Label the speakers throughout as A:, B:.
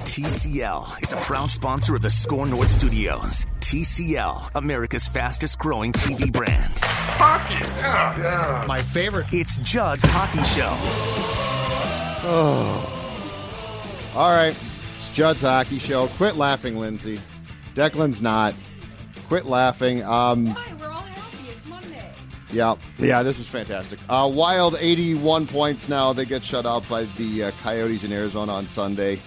A: TCL is a proud sponsor of the Score North Studios. TCL, America's fastest growing TV brand.
B: Hockey. Yeah, yeah.
C: My favorite.
A: It's Judd's Hockey Show.
C: All right. It's Judd's Hockey Show. Quit laughing, Lindsay. Declan's not. Quit laughing. Um,
D: Why? We're all happy. It's Monday.
C: yeah. Yeah, this was fantastic. Uh, Wild 81 points now. They get shut out by the uh, Coyotes in Arizona on Sunday.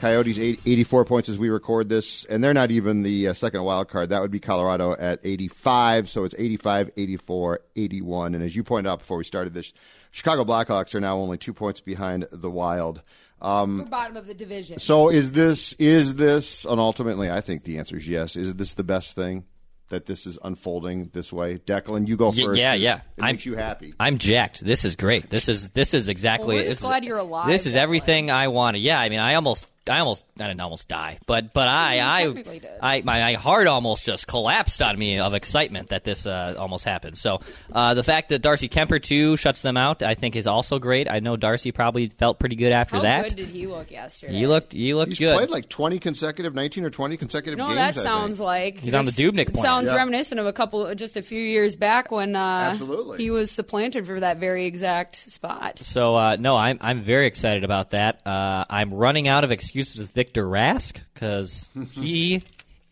C: Coyotes eight- 84 points as we record this, and they're not even the uh, second wild card. That would be Colorado at 85, so it's 85, 84, 81. And as you pointed out before we started this, Chicago Blackhawks are now only two points behind the Wild.
D: We're bottom of the division.
C: So is this is this and ultimately I think the answer is yes. Is this the best thing that this is unfolding this way? Declan, you go
E: Y-
C: first.
E: yeah,
C: 'cause
E: yeah.
C: It
E: I'm-
C: makes you happy.
E: I'm jacked. This is great. This is this is exactly.
D: Well, we're just
E: this
D: glad
E: is,
D: you're alive,
E: This is
D: definitely.
E: everything I wanted. Yeah, I mean, I almost, I almost, I didn't almost die, but but I,
D: technically
E: I,
D: did.
E: I, my, my heart almost just collapsed on me of excitement that this uh, almost happened. So uh, the fact that Darcy Kemper too shuts them out, I think, is also great. I know Darcy probably felt pretty good after
D: How
E: that.
D: good did he look yesterday?
E: you looked, you looked
C: He's
E: good.
C: played like 20 consecutive, 19 or 20 consecutive
D: No,
C: games.
D: that
C: I
D: sounds
C: think.
D: like
E: He's on the
D: this-
E: Dubnik plan.
D: Sounds
C: Yeah.
D: reminiscent of a couple, just a few years back when uh,
C: Absolutely.
D: he was supplanted for that very exact spot.
E: So uh, no, I'm I'm very excited about that. Uh, I'm running out of excuses with Victor Rask because he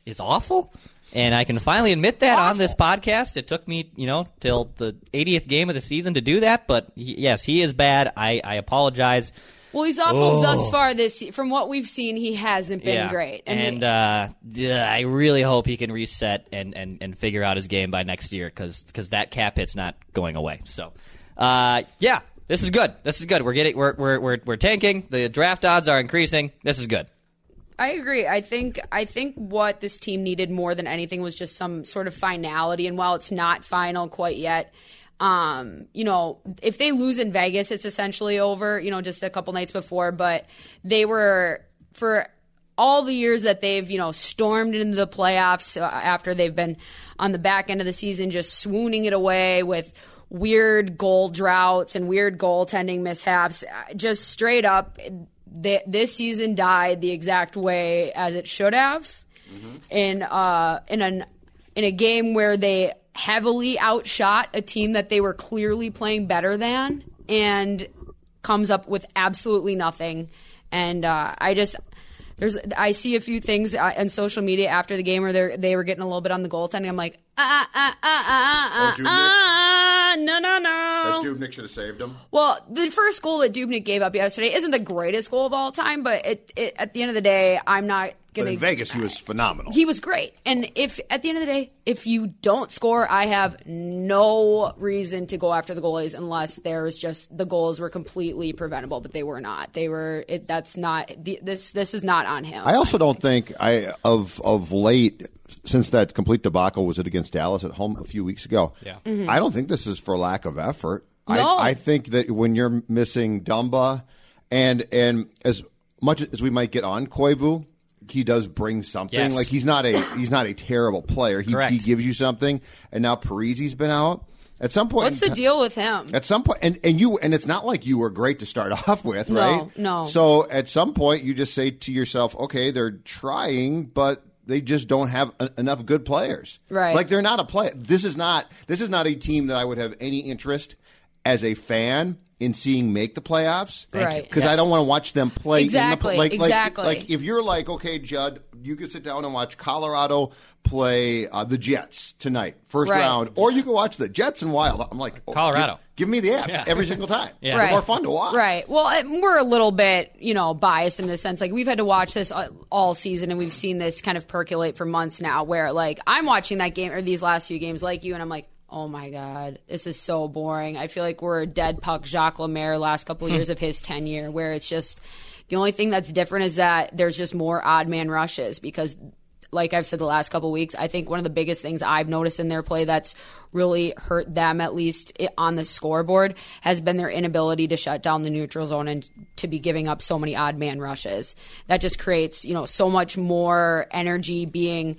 E: is awful, and I can finally admit that on this podcast. It took me, you know, till the 80th game of the season to do that, but he, yes, he is bad. I I apologize.
D: Well, he's awful thus far this. se- From what we've seen, he hasn't been
E: Oh. yeah,
D: great.
E: and
D: he-
E: uh, yeah, I really hope he can reset and, and, and figure out his game by next year because that cap hit's not going away. So, uh, yeah, this is good. This is good. We're getting we're, we're we're we're tanking. The draft odds are increasing. This is good.
D: I agree. I think I think what this team needed more than anything was just some sort of finality. And while it's not final quite yet, um, you know, if they lose in Vegas, it's essentially over. You know, just a couple nights before, but they were for all the years that they've you know stormed into the playoffs uh, after they've been on the back end of the season, just swooning it away with weird goal droughts and weird goaltending mishaps. Uh, Just straight up th- this season died the exact way as it should have in uh in an in a game where they heavily outshot a team that they were clearly playing better than and comes up with absolutely nothing and uh, I just there's I see a few things uh, on social media after the game where they they were getting a little bit on the goaltending I'm like ah ah ah ah ah
C: Dubnik?
D: ah, ah no no
C: That
D: no
C: Dubnik should have saved him.
D: well, the first goal that Dubnik gave up yesterday isn't the greatest goal of all time, but it, it at the end of the day, I'm not
C: But
D: going
C: in Vegas, he was phenomenal.
D: He was great. And if at the end of the day, if you don't score, I have no reason to go after the goalies unless there's just the goals were completely preventable, but they were not. They were it, that's not the, this this is not on him.
C: I also don't think I of of late since that complete debacle was it against Dallas at home a few weeks ago. Yeah. I don't think this is for lack of effort.
D: Mm-hmm. No.
C: I, I think that when you're missing Dumba and and as much as we might get on Koivu, he does bring something.
E: Yes.
C: Like he's not a he's not a terrible player. He,
E: Correct.
C: he gives you something. And now Parisi's been out. At some point,
D: What's the deal with him?
C: at some point, and, and you and it's not like you were great to start off with,
D: No,
C: right?
D: no.
C: So at some point, you just say to yourself, okay, they're trying, but they just don't have en- enough good players,
D: Right.
C: Like they're not a play. This is not this is not a team that I would have any interest as a fan in seeing make the playoffs
D: Thank you. Right,
C: because I
D: yes.
C: don't want to watch them play in the pl-
D: Exactly,
C: like, like-
D: exactly.
C: like if you're like okay Judd you could sit down and watch Colorado play uh, the Jets tonight first
D: Right.
C: round or you can watch the Jets and Wild I'm like oh,
E: Colorado.
C: give, give me the F every single time
E: Yeah.
C: They're
D: Right.
C: more fun to watch
D: Right. Well, uh, we're a little bit, you know, biased in the sense like we've had to watch this uh, all season and we've seen this kind of percolate for months now where like I'm watching that game or these last few games like you and I'm like, "Oh my god, this is so boring. I feel like we're a dead puck Jacques Lemaire last couple years of his tenure where it's just the only thing that's different is that there's just more odd man rushes because like I've said the last couple weeks, I think one of the biggest things I've noticed in their play that's really hurt them, at least i- on the scoreboard, has been their inability to shut down the neutral zone and to be giving up so many odd man rushes. That just creates, you know, so much more energy being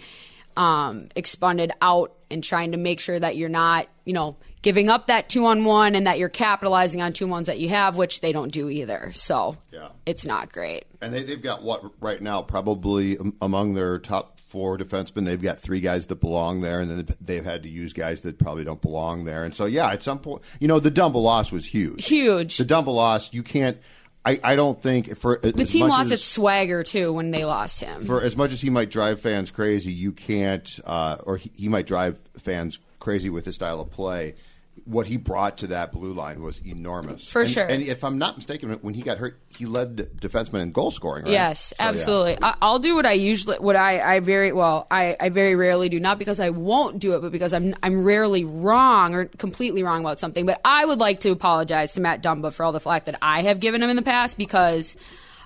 D: um, expended out and trying to make sure that you're not, you know, giving up that two on one and that you're capitalizing on two ones that you have, which they don't do either. So
C: Yeah.
D: it's not great.
C: And they, they've got what right now, probably am- among their top four defensemen, they've got three guys that belong there, and then they've had to use guys that probably don't belong there. And so, yeah, at some point, you know, the Dumble loss was huge.
D: Huge.
C: The Dumble loss, you can't. I, I don't think for
D: The team lost its swagger too when they lost him.
C: for as much as he might drive fans crazy, you can't, uh, or he, he might drive fans crazy with his style of play. What he brought to that blue line was enormous,
D: For
C: And-
D: sure.
C: And if I'm not mistaken, when he got hurt, he led defensemen in goal scoring. Right?
D: Yes,
C: So, yeah.
D: absolutely. I, I'll do what I usually, what I, I very well, I, I very rarely do. Not because I won't do it, but because I'm, I'm rarely wrong or completely wrong about something. But I would like to apologize to Matt Dumba for all the flack that I have given him in the past because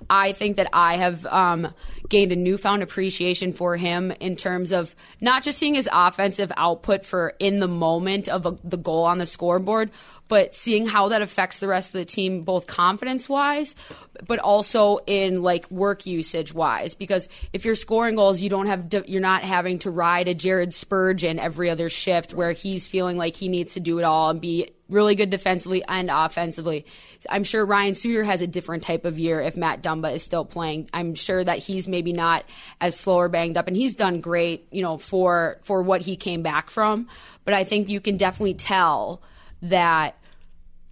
D: I think that I have um, gained a newfound appreciation for him in terms of not just seeing his offensive output for in the moment of a, the goal on the scoreboard, but seeing how that affects the rest of the team, both confidence wise, but also in like work usage wise. Because if you're scoring goals, you don't have to, you're not having to ride a Jared Spurgeon every other shift where he's feeling like he needs to do it all and be really good defensively and offensively. I'm sure Ryan Suter has a different type of year if Matt Dumba is still playing. I'm sure that he's maybe not as slow or banged up and he's done great, you know, for for what he came back from, but I think you can definitely tell that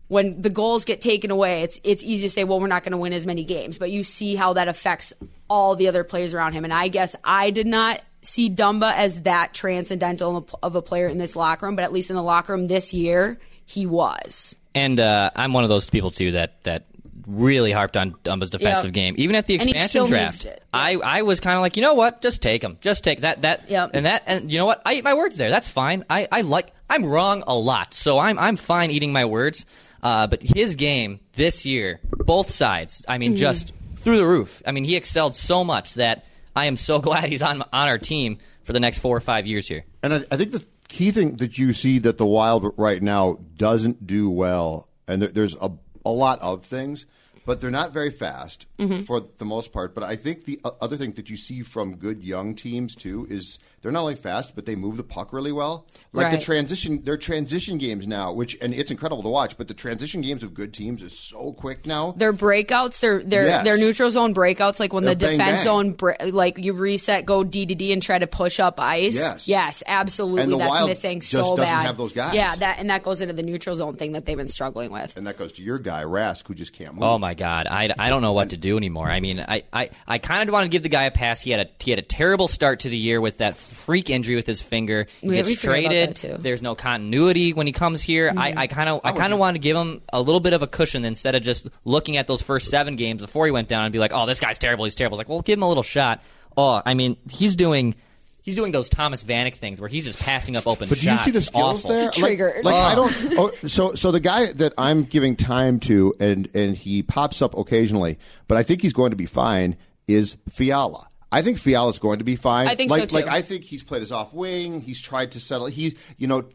D: when the goals get taken away, it's it's easy to say, well, we're not going to win as many games, but you see how that affects all the other players around him. And I guess I did not see Dumba as that transcendental of a player in this locker room, but at least in the locker room this year, he was.
E: And uh, I'm one of those people too that that really harped on Dumba's defensive
D: Yep.
E: game, even at the
D: And he
E: expansion
D: still
E: draft.
D: needs it.
E: I, I was kind of like, you know what? Just take him. Just take that that
D: Yep.
E: and that and you know what? I eat my words there. That's fine. I, I like I'm wrong a lot, so I'm I'm fine eating my words. Uh, but his game this year, both sides. I
D: Mm-hmm.
E: mean, just through the roof. I mean, he excelled so much that I am so glad he's on on our team for the next four or five years here.
C: And I, I think the key thing that you see that the Wild right now doesn't do well, and there, there's a, a lot of things, but they're not very fast for the most part. But I think the o- other thing that you see from good young teams too is they're not only fast, but they move the puck really well. Like the
D: Right.
C: transition, their transition games now, which and it's incredible to watch. But the transition games of good teams is so quick now.
D: Their breakouts, their their
C: Yes.
D: their neutral zone breakouts, like when
C: They're
D: the
C: bang,
D: defense
C: bang.
D: zone, bre- like you reset, go D to D, and try to push up ice.
C: Yes.
D: absolutely.
C: And the
D: That's
C: Wild
D: missing
C: just
D: so
C: doesn't
D: bad.
C: have those guys.
D: Yeah, that and that goes into the neutral zone thing that they've been struggling with.
C: and that goes to your guy Rask, who just can't move.
E: Oh my God, I, I don't know what to do anymore. I mean, I, I, I kind of want to give the guy a pass. He had a he had a terrible start to the year with that freak injury with his finger. He
D: We-
E: gets
D: we forgot about
E: traded.
D: that, too. Mm-hmm.
E: There's no continuity when he comes here. I I kind of I kind of want to give him a little bit of a cushion instead of just looking at those first seven games before he went down and be like, oh, this guy's terrible. He's terrible. It's like, well, give him a little shot. Oh, I mean, he's doing. He's doing those Thomas Vanek things where he's just passing up open
C: But do you
E: shots.
C: see the
E: It's
C: skills
E: awful.
C: there? Like-
D: Triggered.
C: Like, I don't. Oh, so so the guy that I'm giving time to, and and he pops up occasionally, but I think he's going to be fine. Is Fiala? I think Fiala's going to be fine.
D: I think
C: like,
D: so, too.
C: Like I think he's played his off wing. He's tried to settle. He, you know,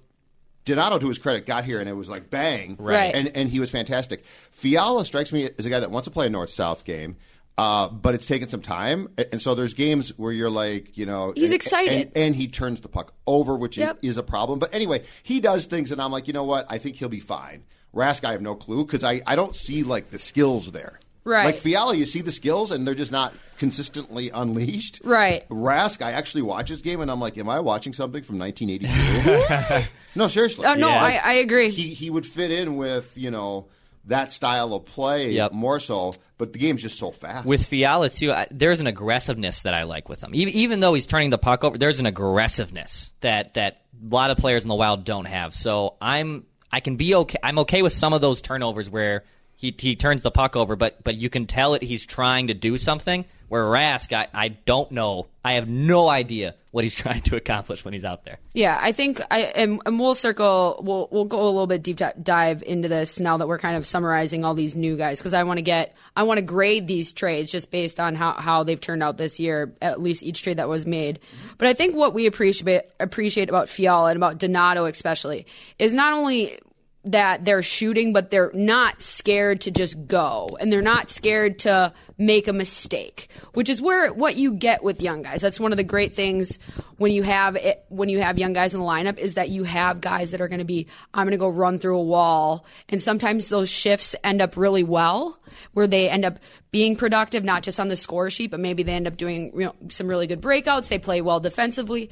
C: Donato, to his credit, got here and it was like bang,
D: Right.
C: And and he was fantastic. Fiala strikes me as a guy that wants to play a north south game. Uh, but it's taken some time, A- and so there's games where you're like, you know,
D: He's
C: and-
D: excited.
C: and, and he turns the puck over, which
D: Yep.
C: is, is a problem. But anyway, he does things, and I'm like, you know what? I think he'll be fine. Rask, I have no clue because I, I don't see like the skills there.
D: Right.
C: Like Fiala, you see the skills, and they're just not consistently unleashed.
D: Right.
C: Rask, I actually watch his game, and I'm like, am I watching something from 1982? no, seriously.
D: Oh, no,
E: Yeah.
D: I, I agree.
C: He he would fit in with you know that style of play
E: Yep.
C: more so, but the game's just so fast.
E: with Fiala too, I, there's an aggressiveness that I like with him. E-, Even, even though he's turning the puck over, there's an aggressiveness that that a lot of players in the Wild don't have. So I'm I can be okay. I'm okay with some of those turnovers where he he turns the puck over, but but you can tell it he's trying to do something. Where Rask, I, I don't know. I have no idea what he's trying to accomplish when he's out there.
D: Yeah, I think I and, and we'll circle. We'll we'll go a little bit deep di- dive into this now that we're kind of summarizing all these new guys because I want to get I want to grade these trades just based on how how they've turned out this year. At least each trade that was made. But I think what we appreciate appreciate about Fiala and about Donato especially is not only that they're shooting, but they're not scared to just go and they're not scared to make a mistake, which is where what you get with young guys. That's one of the great things when you have it, when you have young guys in the lineup is that you have guys that are going to be I'm going to go run through a wall, and sometimes those shifts end up really well where they end up being productive not just on the score sheet, but maybe they end up doing you know, some really good breakouts. They play well defensively,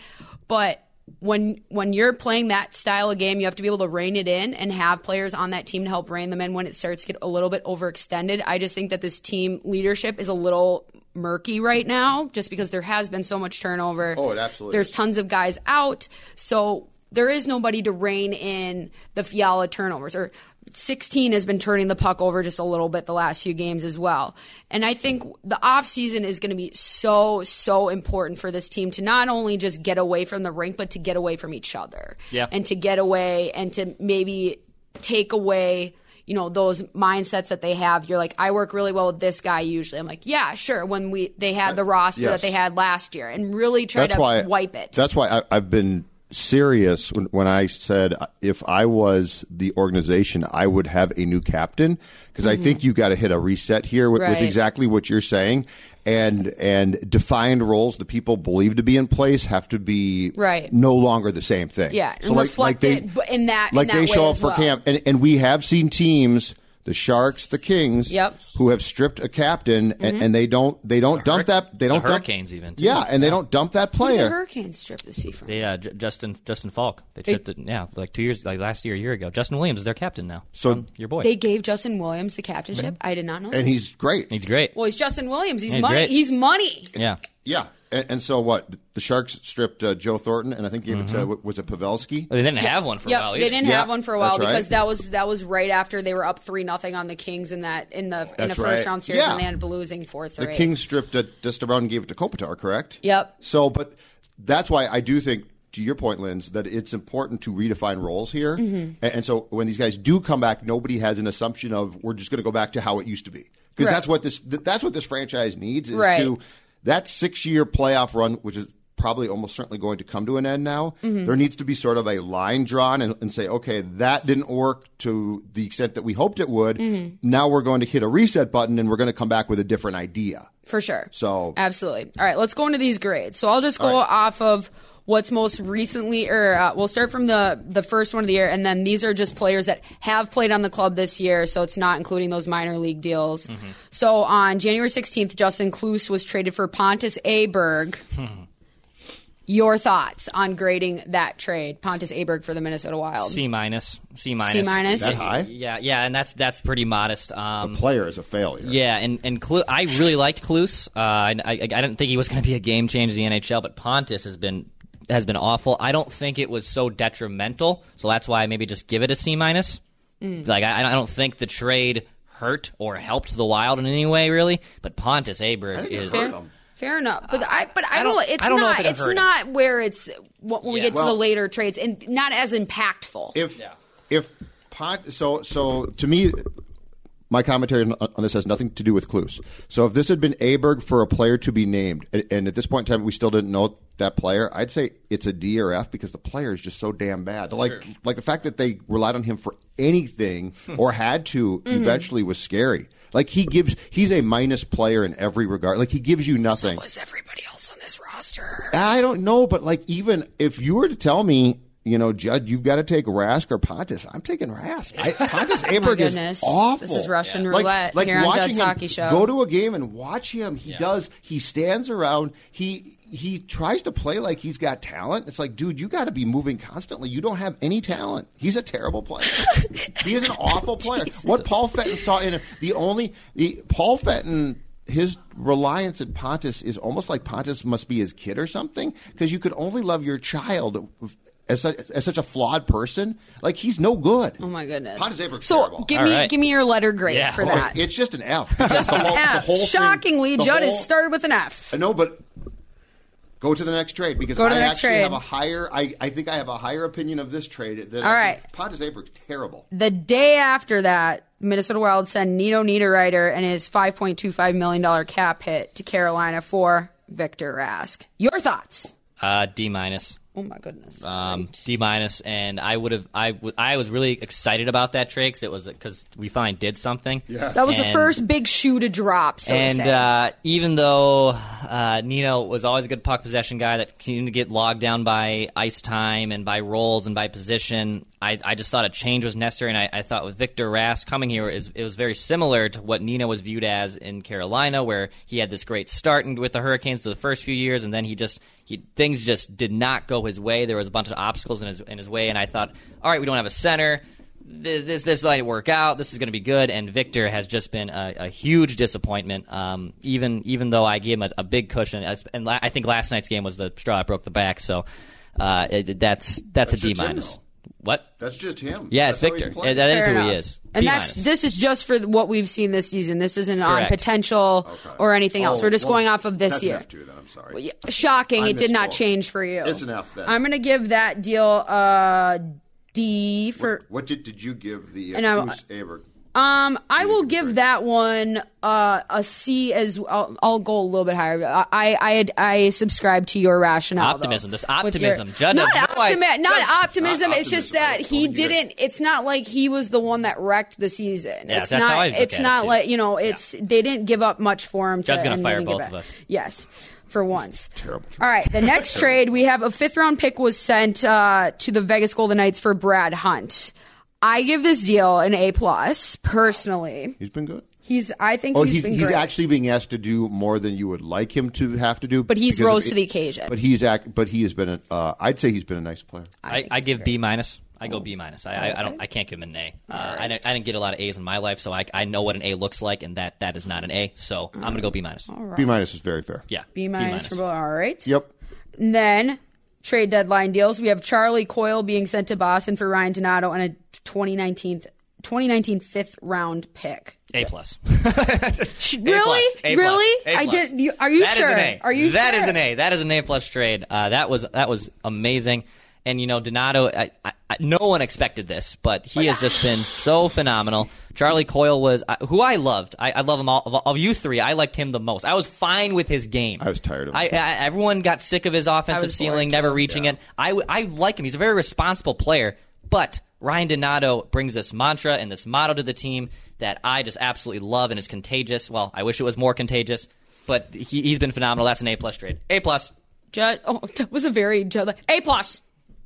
D: but when when you're playing that style of game, you have to be able to rein it in and have players on that team to help rein them in when it starts to get a little bit overextended. I just think that this team leadership is a little murky right now, just because there has been so much turnover.
C: Oh, it absolutely
D: There's
C: is.
D: tons of guys out, so there is nobody to rein in the Fiala turnovers or. 16 has been turning the puck over just a little bit the last few games as well. And I think the offseason is going to be so, so important for this team to not only just get away from the rink, but to get away from each other.
E: Yeah.
D: And to get away and to maybe take away, you know, those mindsets that they have. You're like, I work really well with this guy usually. I'm like, yeah, sure. When we they had the roster
C: yes.
D: that they had last year and really try to wipe it.
C: That's why I, I've been serious when, when I said uh, if I was the organization, I would have a new captain because I think you got to hit a reset here, which was
D: Mm-hmm. Right.
C: exactly what you're saying. And and defined roles the people believe to be in place have to be
D: Right.
C: no longer the same thing.
D: Yeah, and reflect it b- in that- in
C: like
D: that
C: they
D: way
C: show up
D: as
C: for
D: well.
C: camp, and, and we have seen teams. The Sharks, the Kings,
D: Yep. Mm-hmm.
C: who have stripped a captain, and, and they don't they don't dump that they
E: the
C: don't dump-
E: Hurricanes even, too.
C: yeah, and they don't dump that
D: Who did
C: player.
D: the Hurricanes stripped the sea from.
E: They, uh, J- Justin Justin Falk. They tripped it. Yeah, like two years, like last year, a year ago. Justin Williams is their captain now.
C: So-
E: From your boy.
D: They gave Justin Williams the captainship. I did not know.
C: and
D: that.
C: he's great.
E: He's great.
D: well, he's Justin Williams. He's,
E: He's
D: money.
E: great.
D: He's money.
E: yeah.
C: yeah, and, and so what? The Sharks stripped uh, Joe Thornton, and I think gave it to was it Pavelski?
E: They didn't have one for
D: Yep,
E: a while.
D: they
E: either.
D: didn't
C: Yeah,
D: have one for a while
C: that's right.
D: because that was that was right after they were up three nothing on the Kings in that in the in a
C: That's
D: first
C: right.
D: round series
C: Yeah.
D: and they ended up losing four
C: The
D: three.
C: Kings stripped uh, Destaroun and gave it to Kopitar, correct?
D: Yep.
C: So, but that's why I do think, to your point, Linz, that it's important to redefine roles here. And, and so when these guys do come back, nobody has an assumption of we're just going to go back to how it used to be because
D: Right.
C: that's what this th- that's what this franchise needs is
D: Right.
C: to that six year playoff run, which is probably almost certainly going to come to an end now. There needs to be sort of a line drawn and, and say, okay, that didn't work to the extent that we hoped it would. Now we're going to hit a reset button and we're going to come back with a different idea.
D: for sure.
C: So-
D: absolutely. All right, let's go into these grades. So I'll just go off of what's most recently, or uh, we'll start from the the first one of the year, and then these are just players that have played on the club this year, so it's not including those minor league deals.
E: Mm-hmm.
D: So on January sixteenth, Justin Kluse was traded for Pontus Aberg.
E: Hmm.
D: Your thoughts on grading that trade, Pontus Aberg for the Minnesota Wild?
E: C minus. C minus.
D: minus? That
C: high?
E: Yeah, yeah, and that's that's pretty modest. Um,
C: Player is a failure.
E: yeah, and and Clu- I really liked Kluse. Uh, and I, I didn't think he was going to be a game changer in the NHL, but Pontus has been has been awful. I don't think it was so detrimental, so that's why I maybe just give it a C minus.
D: Mm.
E: Like I, I don't think the trade hurt or helped the Wild in any way, really. But Pontus Aberg is
D: Fair, fair enough, but I but I,
E: Uh, I
D: don't.
E: don't-
D: It's
E: I don't know
D: not.
E: if it
D: it's
E: hurt him.
D: not where it's when we
E: Yeah.
D: get to the
C: Well-
D: later trades and not as impactful.
C: If if pot, so so to me, my commentary on, on this has nothing to do with Clues. So if this had been Aberg for a player to be named, and, and at this point in time we still didn't know that player, I'd say it's a D or F because the player is just so damn bad. Like like the fact that they relied on him for anything or had to eventually was scary. Like he gives, he's a minus player in every regard. Like he gives you nothing.
D: was everybody else on this roster?
C: I don't know, but like even if you were to tell me you know, Judd, you've got to take Rask or Pontus. I'm taking Rask. I, Pontus Aberg
D: Oh goodness.
C: is awful.
D: This is Russian
C: Like-
D: roulette
C: like
D: here on
C: watching
D: Judd's
C: him
D: Hockey Show.
C: Go to a game and watch him. He does. He stands around. He he tries to play like he's got talent. It's like, dude, you got to be moving constantly. You don't have any talent. He's a terrible player. he is an awful player. What Paul Fenton saw in him, the only the Paul Fenton. His reliance on Pontus is almost like Pontus must be his kid or something, because you could only love your child as, such as such a flawed person. Like he's no good.
D: Oh my goodness.
C: Pontus Aberg's
D: so
C: terrible.
D: give
E: All
D: me
E: right.
D: give me your letter grade
E: Yeah.
D: for
E: Oh,
D: that.
C: It's just an F. It's just
D: An
C: the whole- the
D: F.
C: whole thing-
D: Shockingly,
C: the
D: Judd
C: whole-
D: has started with an F.
C: I know, Uh, but go to the next trade because
D: Go to
C: I
D: the next
C: actually
D: trade.
C: have a higher. I, I think I have a higher opinion of this trade. Than
D: All right.
C: Pontus Aberg's terrible.
D: The day after that, Minnesota Wild sent Nito Niederreiter and his five point two five million dollar cap hit to Carolina for Victor Rask. Your thoughts?
E: Uh, D minus.
D: Oh my goodness.
E: Um, D minus, and I would have. I w- I was really excited about that trade because it was because we finally did something. Yeah.
D: that was the
E: and-
D: first big shoe to drop. So to
E: and
D: say.
E: uh, even though uh, Nino was always a good puck possession guy that can get logged down by ice time and by rolls and by position, I, I just thought a change was necessary. And I, I thought with Victor Rask coming here, is, it was very similar to what Nino was viewed as in Carolina, where he had this great start in, with the Hurricanes for the first few years, and then he just he things just did not go his way. There was a bunch of obstacles in his in his way, and I thought, all right, we don't have a center th- this this might work out. This is going to be good. And Victor has just been a, a huge disappointment. Um, even even though I gave him a, a big cushion, as- and la- I think last night's game was the straw that broke the back. So uh, it, that's that's a
C: That's
E: D
C: just him,
E: minus.
C: though.
E: What?
C: That's just him.
E: Yeah, it's
C: That's how he's
E: Victor.
C: playing.
E: Yeah, that is
D: Fair
E: who he
D: enough.
E: is.
D: And
E: D
D: that's
E: minus.
D: this is just for what we've seen this season. This isn't on
E: Correct.
D: potential or anything else.
C: Oh,
D: We're just
C: well,
D: going off of this
C: that's
D: year.
C: An F too, then I'm sorry.
D: Yeah, Shocking!
C: I
D: it did not
C: misspoke.
D: change for you.
C: It's an F then.
D: I'm gonna give that deal a D for.
C: what did, did you give the
D: And I'm-
C: uh, Bruce Aberg?
D: Um, I will give that one uh, a C as I'll, I'll go a little bit higher. I I had, I subscribe to your rationale. though.
E: Optimism. This
D: With
E: optimism. Judd
D: not,
E: has no uh, idea-
D: optimi- not optimism.
C: not
D: It's just
C: optimism.
D: that
C: It's
D: he
C: only your-
D: didn't. It's not like he was the one that wrecked the season.
E: Yeah,
D: it's
E: that's
D: not.
E: how I look
D: it's
E: at it,
D: not
E: too.
D: like you know. It's they didn't give up much for him.
E: Judd's
D: to,
E: gonna
D: and they
E: fire
D: didn't give
E: both of
D: back.
E: us.
D: Yes, for once. Terrible. All right, the next trade we have a fifth round pick was sent uh, to the Vegas Golden Knights for Brad Hunt. I give this deal an A plus personally.
C: He's been good.
D: He's I think
C: Oh,
D: he's
C: he's,
D: been
C: he's,
D: great.
C: actually being asked to do more than you would like him to have to do.
D: But he's
C: because of
D: rose
C: it-
D: to the occasion.
C: But he's act, but he has been. A, uh, I'd say he's been a nice player.
E: I, I give B minus. I
D: Oh.
E: go B minus. I, I, I don't. I can't give him an A. Uh, I, didn't, I didn't get a lot of A's in my life, so I, I know what an A looks like, and that that is not an A. So I'm gonna go B minus.
C: B minus is very fair.
E: Yeah,
D: B minus for both. All right.
C: Yep.
D: And then trade deadline deals. We have Charlie Coyle being sent to Boston for Ryan Donato and a 2019 2019 fifth round pick.
E: A plus.
D: really?
E: A plus. A plus.
D: Really?
E: A
D: I
E: plus.
D: did. You, are you
E: That is
D: sure?
E: an A.
D: Are you
E: That
D: sure?
E: is an A. That is an A plus trade. Uh, that was that was amazing. And you know Donato, I, I, I, no one expected this, but he has just been so phenomenal. Charlie Coyle was I who I loved. I, I love him all. Of, of you three, I liked him the most. I was fine with his game. I
C: was tired of him.
E: I, I, everyone got sick of his offensive
D: was bored,
E: ceiling, never reaching it. I, w- I like him. He's a very responsible player, but Ryan Donato brings this mantra and this motto to the team that I just absolutely love and is contagious. Well, I wish it was more contagious, but he, he's been phenomenal. That's an A plus trade. A plus.
D: Judd, oh, that was a very Judd. A plus.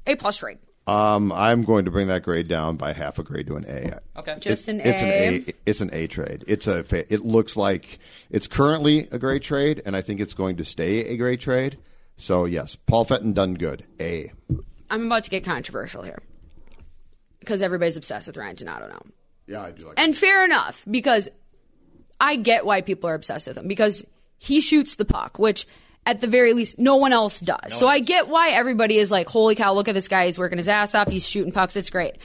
D: A plus trade.
C: Um, I'm going to bring that grade down by half a grade to an A.
E: Okay.
D: Just an
C: It's an
D: A.
C: A. It's an A trade. It's a. fa- It looks like it's currently a great trade, and I think it's going to stay a great trade. So yes, Paul Fenton done good. A.
D: I'm about to get controversial here because everybody's obsessed with Ryan Donato now.
C: Yeah, I do like.
D: And fair enough, because I get why people are obsessed with him because he shoots the puck, which at the very least no one else does. so I get why everybody is like, "Holy cow, look at this guy! He's working his ass off. He's shooting pucks. It's great."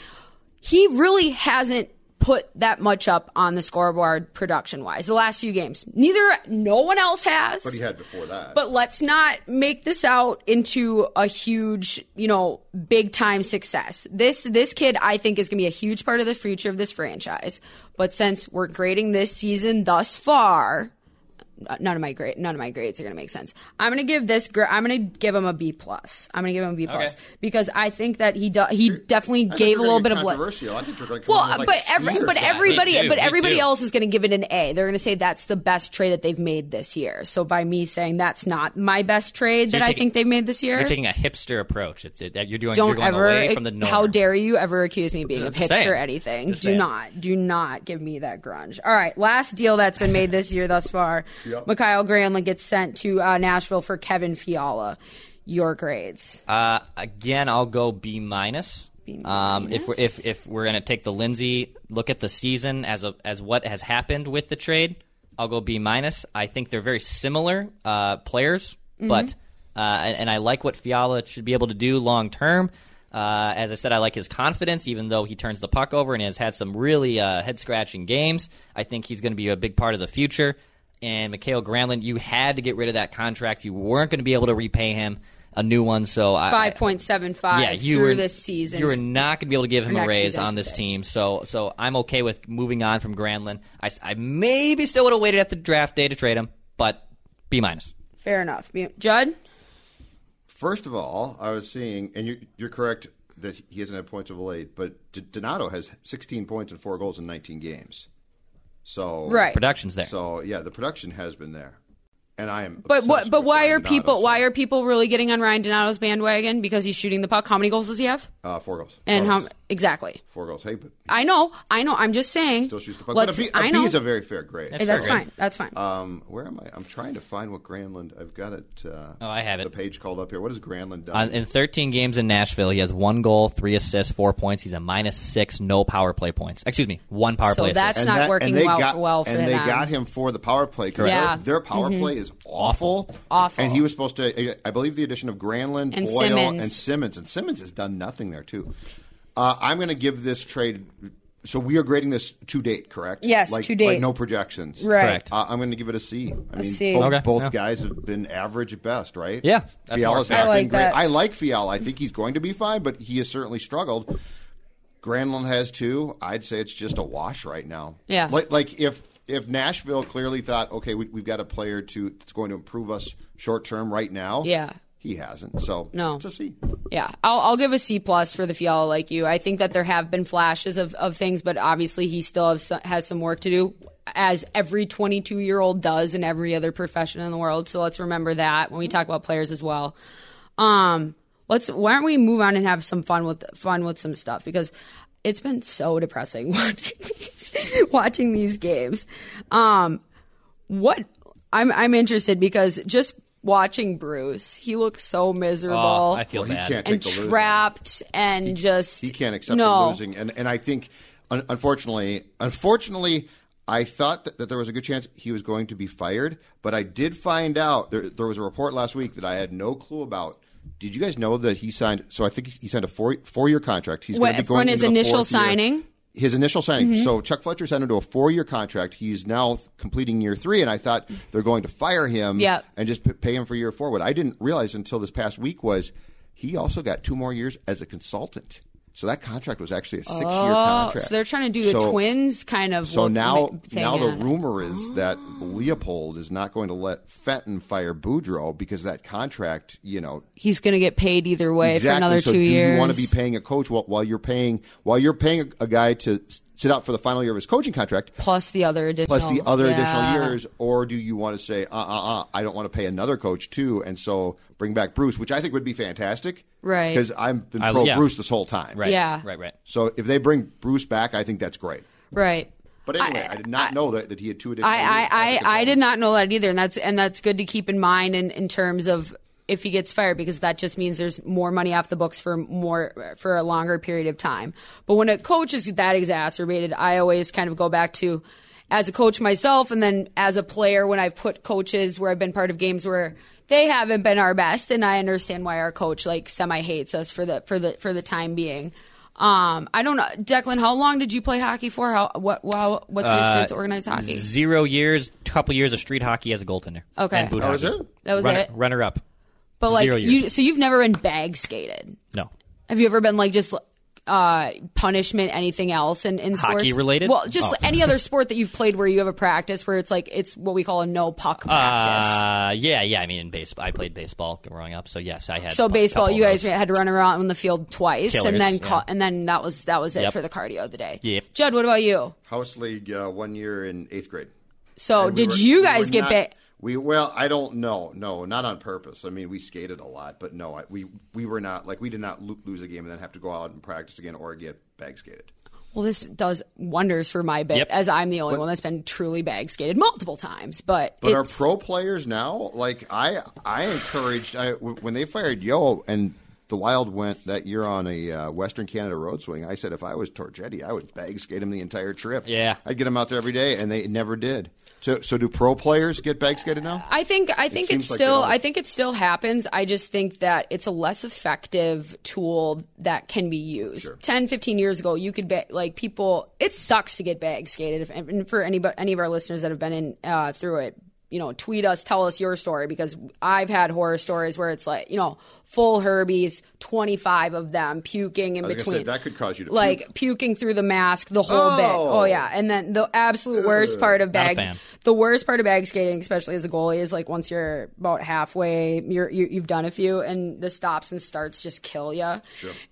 D: He really hasn't put that much up on the scoreboard production wise the last few games. Neither no one else has. But he
C: had before that.
D: But let's not make this out into a huge, you know, big time success. This this kid I think is going to be a huge part of the future of this franchise. But since we're grading this season thus far, none of my grade none of my grades are going to make sense. I'm going to give this gr- I'm going to give him a B plus. I'm going to give him a B plus because I think that he do- he definitely
C: I think
D: gave a
C: we're gonna
D: little
C: get
D: bit of what
C: controversial. I think you're going to come
D: well,
C: up with, like,
D: but
C: a
D: every,
C: C or
D: but
C: something.
D: everybody
F: Me too,
D: but
F: me
D: everybody
F: too.
D: else is going to give it an A. They're going to say that's the best trade that they've made this year. So by me saying that's not my best trade that
E: you're
D: I
E: taking-
D: think they've made this year,
E: You're taking a hipster approach. It's it, you're
D: Er.
E: doing. you're
D: don't
E: going
D: ever
E: away from the norm.
D: how dare you ever accuse me of being a
E: Just
D: hipster
E: saying.
D: or anything.
E: Just
D: do
E: saying.
D: not do not give me that grunge. All right, last deal that's been made this year thus far.
C: Yep.
D: Mikhail Granlund gets sent to uh, Nashville for Kevin Fiala. Your grades.
E: Uh, again, I'll go B minus. Um, if we're if, if we're gonna take the Lindsay look at the season as a as what has happened with the trade, I'll go B minus. I think they're very similar uh, players, but uh, and, and I like what Fiala should be able to do long term. Uh, as I said, I like his confidence, even though he turns the puck over and has had some really uh, head scratching games. I think he's going to be a big part of the future and Mikhail Granlund, you had to get rid of that contract. You weren't going to be able to repay him a new one. So I,
D: Five point seven
E: I-
D: five
E: yeah, you
D: through
E: were,
D: this season.
E: You were not going to be able to give him
D: Or
E: a
D: next
E: raise
D: season, I
E: on
D: should
E: this
D: say.
E: team. So so I'm okay with moving on from Granlund. I, s- I maybe still would have waited at the draft day to trade him, but B minus.
D: Fair enough. Me- Judd?
C: First of all, I was seeing, and you're, you're correct that he hasn't had points of late, but D- Donato has 16 points and four goals in 19 games. So
D: Right.
E: Production's there.
C: So yeah, the production has been there, and I am.
D: But what?
C: obsessed
D: But
C: with
D: why
C: Ryan
D: are
C: Donato,
D: people?
C: so,
D: Why are people really getting on Ryan Donato's bandwagon because he's shooting the puck? How many goals does he have?
C: uh, four goals?
D: And
C: four
D: how
C: goals.
D: exactly?
C: four goals? Hey, but he
D: I know, I know. I'm just saying.
C: still shoots the puck.
D: Let's,
C: but a B, a
D: I
C: B
D: know.
C: is a very fair grade.
D: Hey, that's fine. That's fine.
C: Um, where am I? I'm trying to find what Granlund. I've got it. Uh, oh,
E: I have it.
C: The page called up here. What has Granlund done?
E: On, in 13 games in Nashville, he has one goal, three assists, four points. He's a minus six, no power play points. Excuse me, one power
D: So
E: play. assist.
D: that's- not working
C: and they
D: well-
C: got,
D: well for
C: And they
D: them.
C: got him for the power play. 'cause
D: Yeah. Mm-hmm.
C: their, their power play is awful.
D: Awful.
C: And he was supposed to, I believe, the addition of Granlund,
D: And
C: Boyle,
D: Simmons.
C: and Simmons. And Simmons has done nothing there, too. Uh, I'm going to give this trade. So we are grading this to date, correct?
D: Yes,
C: like,
D: to date.
C: Like no projections.
D: Right.
E: Correct.
C: Uh, I'm going to give it a C. I mean,
D: C.
C: both,
E: Okay,
C: both
E: yeah.
C: guys have been average at best, right?
E: Yeah, that's
C: Fiala's
E: more
C: not been
E: fair.
D: I like
C: great.
D: that.
C: I like Fiala. I think he's going to be fine, but he has certainly struggled. Granlund has two. I'd say it's just a wash right now.
D: Yeah.
C: Like, like if if Nashville clearly thought, okay, we, we've got a player to that's going to improve us short term right now.
D: Yeah.
C: He hasn't. So
D: No.
C: it's a C.
D: yeah, I'll, I'll give a C plus for the Fiala like you. I think that there have been flashes of, of things, but obviously he still has, has some work to do, as every 22 year old does in every other profession in the world. So let's remember that when we talk about players as well. Um, let's why don't we move on and have some fun with fun with some stuff because it's been so depressing watching these, watching these games. Um, what I'm I'm interested because just watching Bruce, he looks so miserable
E: Oh, I feel
C: Well, he
E: bad.
C: can't take
D: and
C: the losing.
D: trapped and just
C: He can't accept
D: no.
C: the losing, and and I think, un- unfortunately, unfortunately, I thought that, that there was a good chance he was going to be fired, but I did find out there there was a report last week that I had no clue about. Did you guys know that he signed? So I think he signed a four four year contract. He's going
D: What-
C: to be going
D: from his
C: into the
D: initial
C: fourth year.
D: signing?
C: His initial signing.
D: Mm-hmm.
C: So Chuck Fletcher signed him to a four year contract. He's now th- completing year three, and I thought they're going to fire him
D: Mm-hmm. Yep.
C: and just p- pay him for year four. What I didn't realize until this past week was he also got two more years as a consultant. So that contract was actually a six year contract.
D: Oh, So they're trying to do the
C: So-
D: twins kind of.
C: So
D: look-
C: now,
D: ma- thing
C: now
D: at
C: the
D: it.
C: rumor
D: Oh.
C: is that Leopold is not going to let Fenton fire Boudreaux because that contract, you know,
D: he's going to get paid either way for another
C: so
D: two
C: do
D: years.
C: you want to be paying a coach while, while you're paying while you're paying a, a guy to s- sit out for the final year of his coaching contract
D: plus the other additional
C: plus the other
D: Yeah.
C: additional years, or do you want to say, uh, uh, uh, I don't want to pay another coach too, and so bring back Bruce, which I think would be fantastic,
D: Right.
C: Because I've been
E: I-
C: pro
E: yeah.
C: Bruce this whole time,
E: right,
D: Yeah.
E: right, right.
C: So if they bring Bruce back, I think that's great.
D: Right.
C: But anyway, I, did not know that, that he had two additional. years as a
D: I, I, I, I
C: consultant.
D: did not know that either, and that's and that's good to keep in mind in, in terms of if he gets fired because that just means there's more money off the books for more for a longer period of time. But when a coach is that exacerbated, I always kind of go back to as a coach myself, and then as a player when I've put coaches where I've been part of games where they haven't been our best, and I understand why our coach like semi hates us for the for the for the time being. Um, I don't know, Declan. How long did you play hockey for? How what? Wow, what's your experience organized hockey?
E: Zero years, couple years of street hockey as a goaltender.
D: Okay.
E: and boot
C: That was
E: hockey.
C: Oh, it?
D: That was
E: runner,
D: it?
E: Runner up.
D: But like
E: Zero
D: you,
E: years.
D: so you've never been bag skated.
E: No.
D: Have you ever been like just uh, punishment, anything else in, in sports?
E: Hockey related?
D: Well, just
E: Oh.
D: any other sport that you've played where you have a practice where it's like it's what we call a no puck practice.
E: Uh, yeah, yeah. I mean, in baseball, I played baseball growing up, so yes, I had.
D: so
E: a
D: baseball,
E: couple
D: you
E: of
D: guys
E: those.
D: had to run around on the field twice,
E: Killers,
D: and then call,
E: yeah.
D: and then that was that was it
E: Yep.
D: for the cardio of the day.
E: Yep.
D: Judd, what about you?
C: House league uh, one year in eighth grade.
D: So
C: And we
D: Oh, did
C: were-
D: you
C: we
D: guys
C: were
D: get
C: not-
D: bit?
C: We well, I don't know. No, not on purpose. I mean, we skated a lot, but no, I, we we were not like we did not lo- lose a game and then have to go out and practice again or get bag skated.
D: Well, this does wonders for my bit,
E: Yep.
D: as I'm the only one that's been truly bag skated multiple times. But
C: But our
D: it's-
C: pro players now, like I, I encouraged I, w- when they fired Yo and the Wild went that year on a uh, Western Canada road swing. I said if I was Torchetti, I would bag skate him the entire trip.
E: Yeah.
C: I'd get him out there every day, and they never did. So, so do pro players get bag skated now?
D: I think I think it's
C: seems like they
D: still
C: don't.
D: I think it still happens. I just think that it's a less effective tool that can be used. Ten, fifteen 10, 15 years ago, you could ba- like people. It sucks to get bag skated. If, and for any any of our listeners that have been in uh, through it, you know, tweet us, tell us your story because I've had horror stories where it's like you know full Herbies, twenty five of them puking in
C: I was gonna say,
D: between.
C: that could cause you to
D: like
C: puke.
D: puking through the mask the whole bit. Oh yeah, and then the absolute worst part of
E: Not a
D: bag
E: fan.
D: the worst part of bag skating, especially as a goalie, is like once you're about halfway, you're you, you've done a few, and the stops and starts just kill you,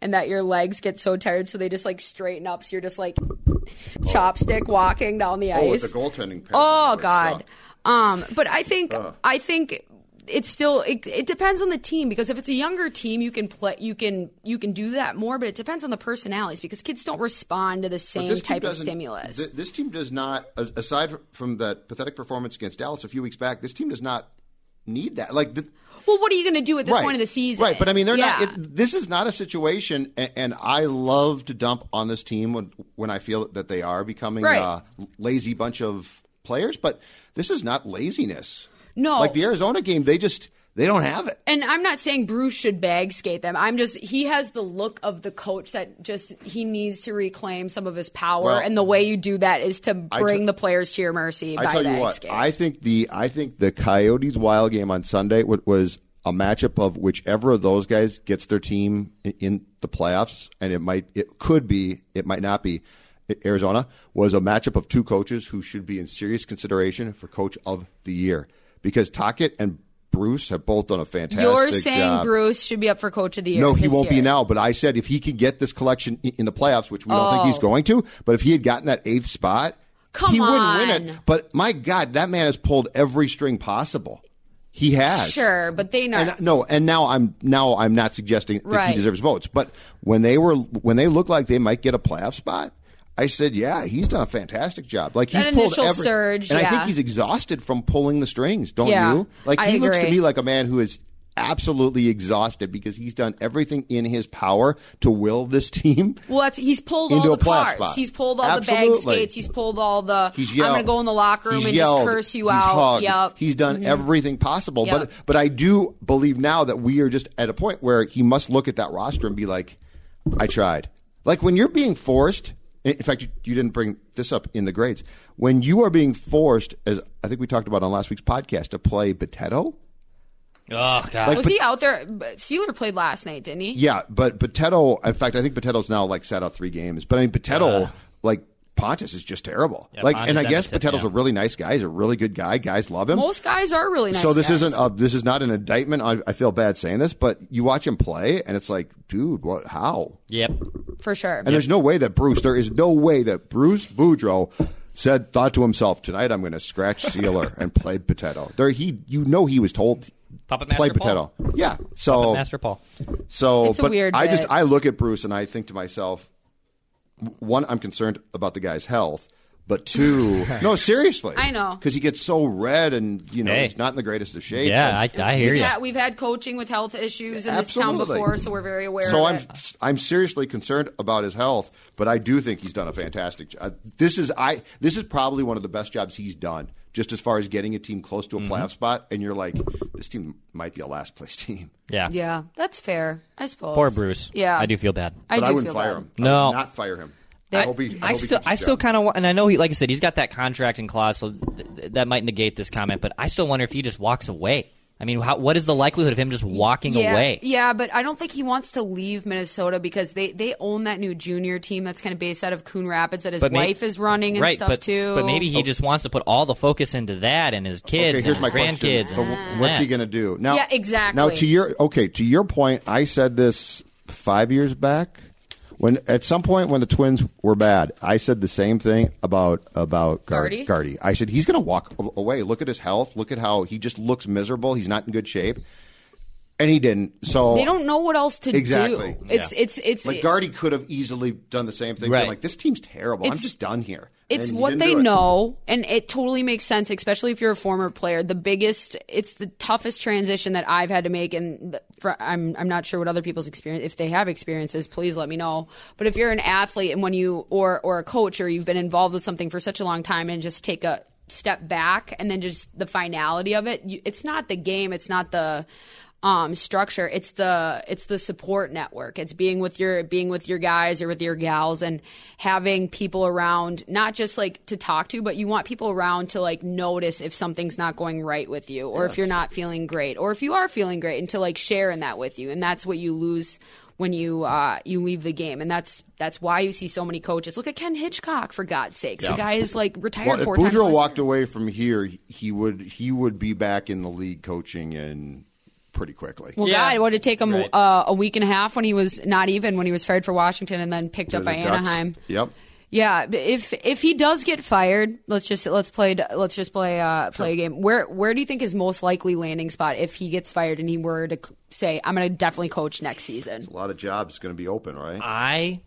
D: and that your legs get so tired, so they just like straighten up. So you're just like chopstick walking down the
C: Oh,
D: ice.
C: with the goaltending. pads, that
D: Oh
C: would
D: God.
C: suck.
D: Um, but I think I think it's still it, it depends on the team because if it's a younger team, you can play you can you can do that more, but it depends on the personalities because kids don't respond to the
C: But
D: same
C: this team
D: type of
C: doesn't-
D: stimulus.
C: thi- this team does not, as- aside from that pathetic performance against Dallas a few weeks back, this team does not need that. Like the,
D: well, what are you going to do at this point of the season?
C: Right, but I mean, they're
D: Yeah.
C: not. It, this is not a situation, and, and I love to dump on this team when when I feel that they are becoming
D: Right.
C: a lazy bunch of players. But this is not laziness.
D: No.
C: like the Arizona game, they just they don't have it.
D: and I'm not saying Bruce should bag skate them. I'm just he has the look of the coach that just he needs to reclaim some of his power,
C: Well,
D: and the way you do that is to
C: I
D: bring
C: t-
D: the players to your mercy.
C: I
D: by
C: tell you
D: bag
C: what,
D: skate.
C: I think the I think the Coyotes Wild game on Sunday wa- was a matchup of whichever of those guys gets their team i- in the playoffs, and it might it could be it might not be. I- Arizona was a matchup of two coaches who should be in serious consideration for coach of the year because Tockett and Bruce have both done a fantastic
D: You're saying
C: job.
D: Bruce should be up for coach of the year.
C: No, he
D: this
C: won't be
D: year.
C: now. But I said if he could get this collection i- in the playoffs, which we don't think he's going to, but if he had gotten that eighth spot,
D: Oh. Come
C: he wouldn't win it.
D: on.
C: But my God, that man has pulled every string possible. He has.
D: Sure, but they know.
C: And no, and now I'm now I'm not suggesting that
D: Right.
C: he deserves votes, but when they were when they look like they might get a playoff spot, I said, yeah, he's done a fantastic job. Like he's
D: That
C: pulled
D: initial
C: every-
D: surge,
C: and I
D: yeah.
C: think he's exhausted from pulling the strings. Don't
D: Yeah,
C: you? Like
D: I
C: he looks to
D: agree.
C: me like a man who is absolutely exhausted because he's done everything in his power to will this team.
D: well, that's, he's pulled
C: Into
D: all
C: a
D: the
C: playoff
D: cards.
C: spot.
D: He's pulled all the bag
C: Absolutely.
D: skates. He's pulled all the.
C: He's
D: I'm
C: yelled.
D: going to go in the locker room
C: He's
D: and
C: yelled.
D: just curse you
C: He's
D: out. Mm-hmm.
C: Hugged.
D: Yep.
C: He's done everything possible.
D: Yep.
C: But but I do believe now that we are just at a point where he must look at that roster and be like, I tried. Like when you're being forced. In fact, you, you didn't bring this up in the grades. When you are being forced, as I think we talked about on last week's podcast, to play Boteto.
E: Oh god.
D: was he out there? but Sealer played last night, didn't he?
C: Yeah, but Boteto. In fact, I think Boteto's now like sat out three games. But I mean, Boteto,
E: Uh.
C: like Pontus, is just terrible. like,
E: Pontus
C: and I
E: and
C: guess
E: Boteto,
C: Boteto's
E: yeah.
C: a really nice guy. He's a really good guy. Guys love him.
D: Most guys are really nice.
C: so this
D: guys.
C: isn't a, this is not an indictment. I, I feel bad saying this, but you watch him play, and it's like, dude, what? How?
E: Yep.
D: for sure.
C: And there's no way that Bruce. There is no way that Bruce Boudreau said thought to himself tonight, I'm going to scratch Sealer and play Potato. There, he you know he was told
E: Puppet
C: play
E: Master
C: Potato.
E: Paul.
C: Yeah. So
E: Master Paul.
C: so,
D: It's a
C: but
D: weird
C: I just
D: bit.
C: I look at Bruce and I think to myself, w- one, I'm concerned about the guy's health, but two, no, seriously,
D: I know.
C: because he gets so red and you know
E: Hey.
C: he's not in the greatest of shape.
E: Yeah,
C: And-
E: I, I hear
D: we've,
E: you.
D: had, we've had coaching with health issues in this town
C: Absolutely.
D: before, so we're very aware.
C: So
D: of
C: I'm
D: it.
C: I'm seriously concerned about his health, but I do think he's done a fantastic job. This is I this is probably one of the best jobs he's done, just as far as getting a team close to a playoff spot. And you're like, this team might be a last place team.
E: Yeah.
D: Yeah, that's fair. I suppose.
E: Poor Bruce.
D: Yeah,
E: I do feel bad.
D: I
C: But
D: do
C: I, wouldn't
D: feel
C: fire
D: bad.
C: him. I
E: No.
C: would not fire him. I, hope he. I,
E: I
C: hope he
E: still,
C: keeps
E: I
C: his
E: still
C: job.
E: kind of, want, and I know he, like I said, he's got that contract and clause, so th- th- that might negate this comment. But I still wonder if he just walks away. I mean, how, what is the likelihood of him just walking
D: yeah,
E: away?
D: Yeah, but I don't think he wants to leave Minnesota because they, they own that new junior team that's kind of based out of Coon Rapids that his
E: But may-
D: wife is running and
E: right,
D: stuff
E: but,
D: too.
E: But maybe he just wants to put all the focus into that and his kids
C: Okay,
E: and
C: here's
E: his
C: my question.
E: grandkids.
C: So
E: and
C: wh- what's
E: that.
C: he going to do now?
D: Yeah, exactly.
C: Now to your okay, to your point, I said this five years back when at some point when the twins were bad, I said the same thing about about Gar-
D: Gardy?
C: Gardy. I said he's going to walk a- away. Look at his health. Look at how he just looks miserable. He's not in good shape, and he didn't. So
D: they don't know what else to
C: Exactly.
D: do. It's
E: Yeah.
D: it's it's
C: Like Gardy could have easily done the same thing.
E: Right.
C: Right. Like this team's terrible. I'm
D: It's-
C: just done here.
D: it's
C: And he
D: what
C: didn't
D: they
C: do it.
D: know and it totally makes sense especially if you're a former player the biggest it's the toughest transition that i've had to make and the- fr I'm, I'm not sure what other people's experience if they have experiences please let me know but if you're an athlete and when you or or a coach or you've been involved with something for such a long time and just take a step back and then just the finality of it you, it's not the game it's not the um, structure. It's the it's the support network. It's being with your being with your guys or with your gals and having people around, not just like to talk to, but you want people around to like notice if something's not going right with you, or if you're not feeling great, or if you are feeling great, and to like share in that with you. And that's what you lose when you uh, you leave the game. And that's that's why you see so many coaches. Look at Ken Hitchcock for God's sakes. The guy is like retired
C: Well, if
D: four times.
C: Boudreaux
D: last
C: walked
D: year.
C: away from here, he- he would he would be back in the league coaching in pretty quickly.
D: Well,
E: Yeah.
D: God, what did it take him
E: Right.
D: uh, a week and a half when he was not even when he was fired for Washington and then picked up by
C: The Ducks.
D: Anaheim?
C: Yep.
D: Yeah, but if if he does get fired, let's just let's play let's just play uh, play a game. Where where do you think is most likely landing spot if he gets fired and he were to c- say I'm going to definitely coach next season?
C: A lot of jobs going to be open, right?
D: Uh,
E: I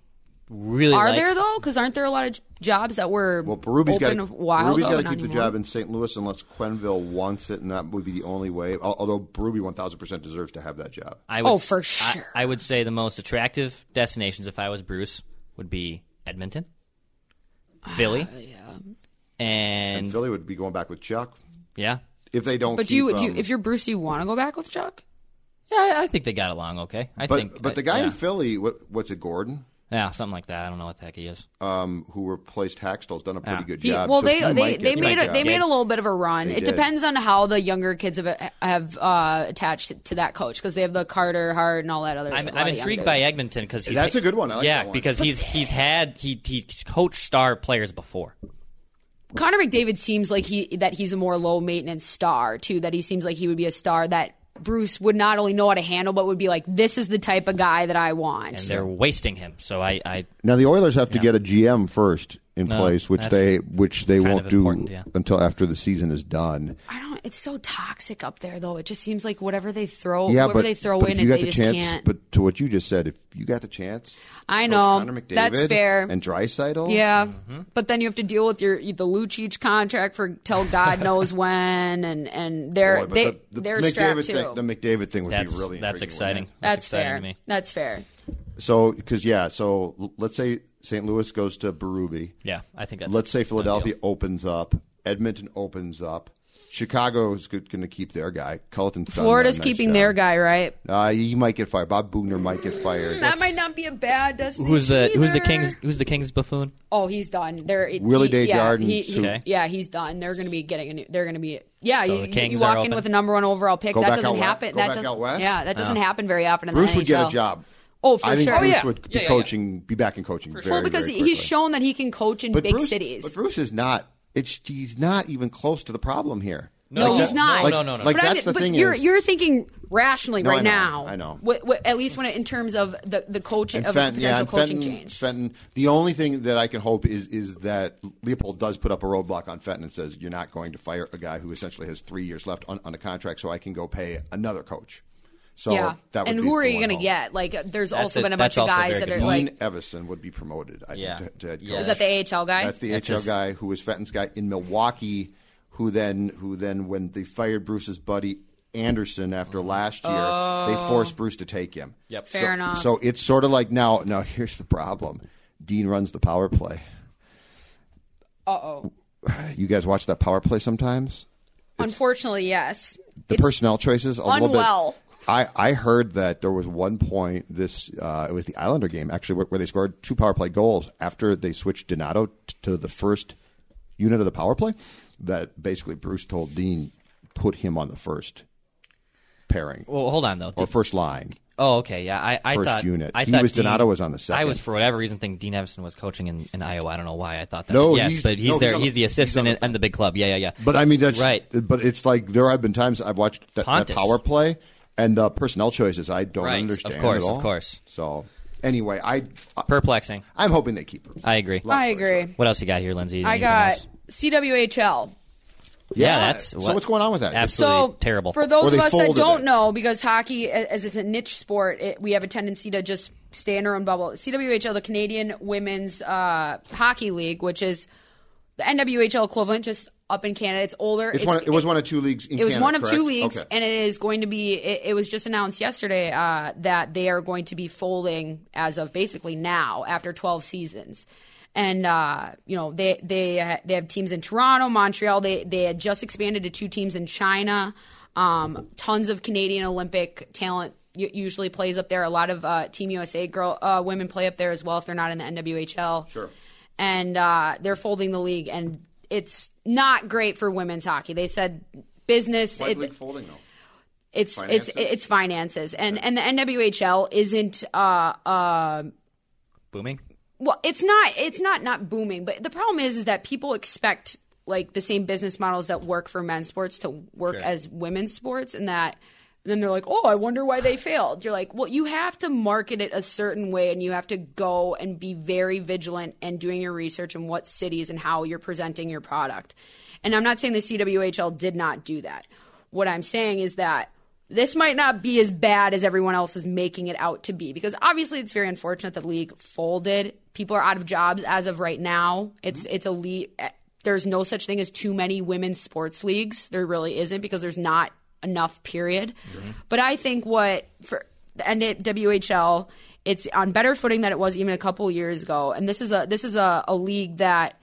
E: really
D: Are
E: like-
D: there though? Because aren't there a lot of j- jobs that were
C: well, Berube's got
D: open
C: to
D: a while ago
C: got to
D: and not
C: keep the
D: anymore?
C: job in St. Louis unless Quenville wants it, and that would be the only way. Al- Although Berube 1,000 percent deserves to have that job.
E: I would,
D: Oh,
E: s-
D: for
E: I-
D: sure.
E: I, would say the most attractive destinations if I was Bruce would be Edmonton,
D: Uh,
E: Philly,
C: And,
E: and
C: Philly would be going back with Chuck
E: yeah,
C: if they don't.
D: But do
C: keep,
D: you, do you
C: um,
D: if you're Bruce, do you want to go back with Chuck?
E: yeah, I- I think they got along okay. I
C: but
E: think,
C: but the guy
E: yeah.
C: in Philly, what, what's it, Gordon,
E: yeah, something like that. I don't know what the heck he is.
C: um, who replaced Haxtell's done a pretty
E: Yeah.
C: good
D: He-
C: job.
D: well,
C: so
D: they
C: he
D: they,
C: might
D: they
C: get
D: made
C: that
D: a, they
C: job.
D: made a little bit of a run. it
C: did.
D: depends on how the younger kids have have uh, attached to that coach because they have the Carter Hart and all that other.
E: I'm,
D: stuff, a
E: I'm
D: lot of
E: intrigued
D: young
E: by
D: dudes.
E: Edmonton because
C: That's a good one. I like
E: yeah,
C: that one.
E: because he's he's had he he coached star players before.
D: Connor McDavid seems like he that he's a more low maintenance star too. That he seems like he would be a star that Bruce would not only know how to handle, but would be like, this is the type of guy that I want.
E: and they're wasting him. So I, I
C: Now the Oilers have to get a GM first in
E: No,
C: place, which
E: that's
C: they which they
E: kind
C: won't
E: of
C: do
E: important, yeah.
C: until after the season is done.
D: I don't. It's so toxic up there, though. It just seems like whatever they throw,
C: yeah,
D: whoever
C: but,
D: they throw
C: but
D: in,
C: if you
D: and
C: got
D: they
C: the
D: just
C: chance,
D: can't.
C: but to what you just said, if you got the chance,
D: I
C: coach
D: know.
C: Connor McDavid
D: That's fair.
C: and Drysaitel.
D: Yeah,
C: Mm-hmm.
D: but then you have to deal with your the Lucic contract for till God knows when, and and
C: Boy,
D: they're
C: but
D: they
C: the, the
D: they're
C: McDavid
D: strapped too.
C: thing, the McDavid thing would
E: that's
C: be really intriguing,
E: that's
C: wouldn't
E: exciting.
C: it?
D: that's
E: exciting
D: fair.
E: to me.
D: That's fair.
C: So because yeah, so l- let's say St. Louis goes to Berube.
E: Yeah, I think that's
C: Let's say Philadelphia opens up, Edmonton opens up. Chicago is going to keep their guy. Culleton's done
D: Florida's
C: that nice
D: keeping
C: job.
D: their guy right.
C: Uh, he might get fired. Bob Bugner might get fired.
D: That might not be a bad destination.
E: who's the who's the
D: either.
E: Kings who's the Kings buffoon?
D: Oh, he's done. They're it-
C: Willie
D: he-
C: Day
D: yeah,
C: Jordan,
D: he- he-
E: Okay.
D: yeah, he's done. They're going to be getting a new. They're going to be yeah.
E: So
D: you,
E: the
D: you- you
E: Kings are
D: walk in
E: open.
D: with a number one overall pick.
C: Go
D: that
C: back
D: doesn't
C: out we-
D: happen.
C: go
D: that
C: back
D: does,
C: out west?
D: Yeah, that
E: Oh.
D: doesn't happen very often in
C: Bruce
D: the NHL.
C: would get a job.
D: Oh, for
C: I think
D: sure.
C: Bruce
E: yeah.
C: would be
E: Yeah, yeah, yeah.
C: coaching, be back in coaching very,
D: well, because
C: very
D: he's
C: quickly.
D: shown that he can coach in
C: But
D: big
C: Bruce-
D: cities.
C: But Bruce is not. It's he's not even close to the problem here.
E: No,
D: No,
C: Like
D: he's
C: that-
D: not.
C: Like,
E: No, no, no, no.
C: Like
D: but
C: that's
D: I'm,
C: the
D: but
C: thing.
D: You're
C: is,
D: you're thinking rationally
C: No, I
D: right
C: know.
D: now.
C: I know.
D: Wh- wh- at least when it, in terms of the the coach
C: and
D: of
C: Fenton,
D: a
C: yeah,
D: potential
C: and
D: coaching
C: Fenton,
D: change.
C: Fenton. The only thing that I can hope is is that Leopold does put up a roadblock on Fenton and says you're not going to fire a guy who essentially has three years left on, on a contract, so I can go pay another coach. So
D: yeah.
C: that would
D: and
C: be
D: who are
C: the
D: you
C: one
D: gonna
C: hope.
D: get? Like, uh, there's
E: That's
D: also
E: a-
D: been a
E: that's
D: bunch of
E: also a
D: guys
E: very
D: that
E: good
D: are
E: point.
C: Dean
D: like,
C: Evison would be promoted. I
E: Yeah.
C: think to, to head
E: Yeah.
C: coach.
D: is that the AHL guy?
C: That's the
E: That's
C: HL
E: his-
C: guy who was Fenton's guy in Milwaukee, who then who then when they fired Bruce's buddy Anderson after last year, they forced Bruce to take him.
E: Mm-hmm. Yep.
D: Oh. Fair
C: so,
D: enough.
C: So it's sort of like now. Now here's the problem: Dean runs the power play. Uh oh. You guys watch that power play sometimes.
D: Unfortunately, yes.
C: The
D: It's-
C: personnel choices a little
D: unwell.
C: bit. I, I heard that there was one point this uh, it was the Islander game actually where, where they scored two power play goals after they switched Donato t- to the first unit of the power play that basically Bruce told Dean put him on the first pairing
E: Well, hold on though.
C: or
E: Did-
C: first line.
E: oh, okay. Yeah, I, I
C: First
E: thought
C: unit.
E: I
C: He
E: thought
C: was-
E: Dean-
C: Donato was on the second.
E: I was for whatever reason thinking Dean Evison was coaching in, in Iowa. I don't know why I thought that.
C: No,
E: yes,
C: he's-
E: but he's
C: no, he's
E: there.
C: on
E: He's,
C: the-
E: the
C: he's on
E: assistant
C: the-
E: and and the big club. Yeah, yeah, yeah.
C: But I mean, that's
E: Right.
C: But it's like there have been times I've watched that, that
E: Pontus.
C: power play and the personnel choices I don't
E: Right. Of
C: understand.
E: course,
C: at
E: of
C: all.
E: course.
C: So anyway, I, I
E: perplexing.
C: I'm hoping they keep her.
E: I agree.
C: Long story
D: I
C: short.
D: agree.
E: What else you got here, Lindsay?
D: I
E: Anything
D: got
E: else?
D: CWHL.
E: Yeah,
C: Yeah.
E: that's
C: So what's going on with that?
E: Absolutely
D: so
E: terrible.
D: for those
C: Or
D: of
C: they
D: us that
C: folded
D: don't
C: it.
D: know because hockey a- as it's a niche sport it, we have a tendency to just stay in our own bubble cwhl the canadian women's uh, hockey league which is the nwhl equivalent just up in canada it's older
C: It's one, it was one of two leagues. In
D: it was
C: Canada,
D: one of two
C: correct?
D: leagues,
C: Okay.
D: and it is going to be. It, it was just announced yesterday uh, that they are going to be folding as of basically now after 12 seasons. And uh, you know they they ha- they have teams in Toronto, Montreal. They they had just expanded to two teams in China. Um, tons of Canadian Olympic talent u- usually plays up there. A lot of uh, Team USA girl uh, women play up there as well if they're not in the NWHL. Sure and uh, they're folding the league, and it's not great for women's hockey. They said business.
C: Why is
D: It,
C: the league folding though?
D: it's
C: finances?
D: it's it's finances, and and the NWHL isn't. Uh, uh,
E: booming.
D: well, it's not it's not not booming, but the problem is is that people expect like the same business models that work for men's sports to work as women's sports, and that. And then they're like, "Oh, I wonder why they failed." You're like, "Well, you have to market it a certain way, and you have to go and be very vigilant and doing your research in what cities and how you're presenting your product." And I'm not saying the CWHL did not do that. What I'm saying is that this might not be as bad as everyone else is making it out to be because obviously it's very unfortunate the league folded. People are out of jobs as of right now. It's it's a le- there's no such thing as too many women's sports leagues. There really isn't because there's not enough period. But I think what for the NWHL it's on better footing than it was even a couple years ago. And this is a this is a, a league that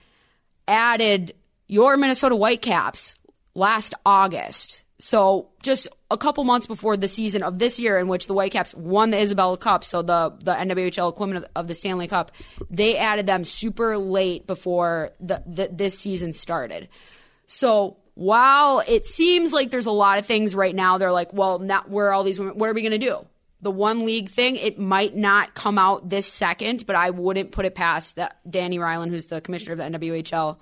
D: added your Minnesota Whitecaps last August. So just a couple months before the season of this year, in which the Whitecaps won the Isabella Cup, so the the NWHL equivalent of, of the Stanley Cup, they added them super late before the, the this season started. So while it seems like there's a lot of things right now, they're like, well, not where are all these women? What are we going to do? The one league thing, it might not come out this second, but I wouldn't put it past that Danny Ryland, who's the commissioner of the NWHL,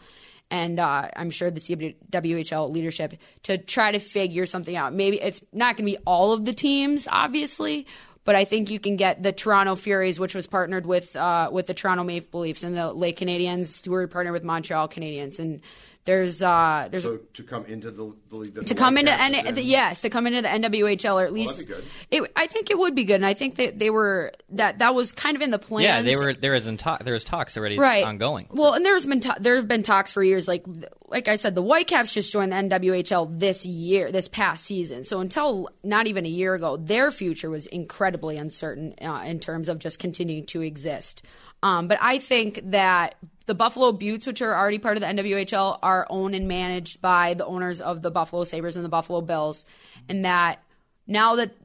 D: and uh, I'm sure the CWHL leadership to try to figure something out. Maybe it's not going to be all of the teams, obviously, but I think you can get the Toronto Furies, which was partnered with uh, with the Toronto Maple Leafs, and the Lake Canadians, who were partnered with Montreal Canadians, and there's uh, there's
C: So to come into the, the league that
D: to
C: the
D: come into
C: Whitecaps
D: N-
C: is in.
D: the- yes to come into the NWHL or at least
C: that'd be good.
D: It, I think it would be good, and I think that they were that that was kind of in the plans.
E: Yeah, they were there is in talk, there is talks already
D: right
E: ongoing.
D: Well, and there's been ta- there have been talks for years. Like like I said, the Whitecaps just joined the NWHL this year, this past season. So until not even a year ago, their future was incredibly uncertain uh, in terms of just continuing to exist. Um, but I think that the Buffalo Buttes, which are already part of the NWHL, are owned and managed by the owners of the Buffalo Sabres and the Buffalo Bills, and that now that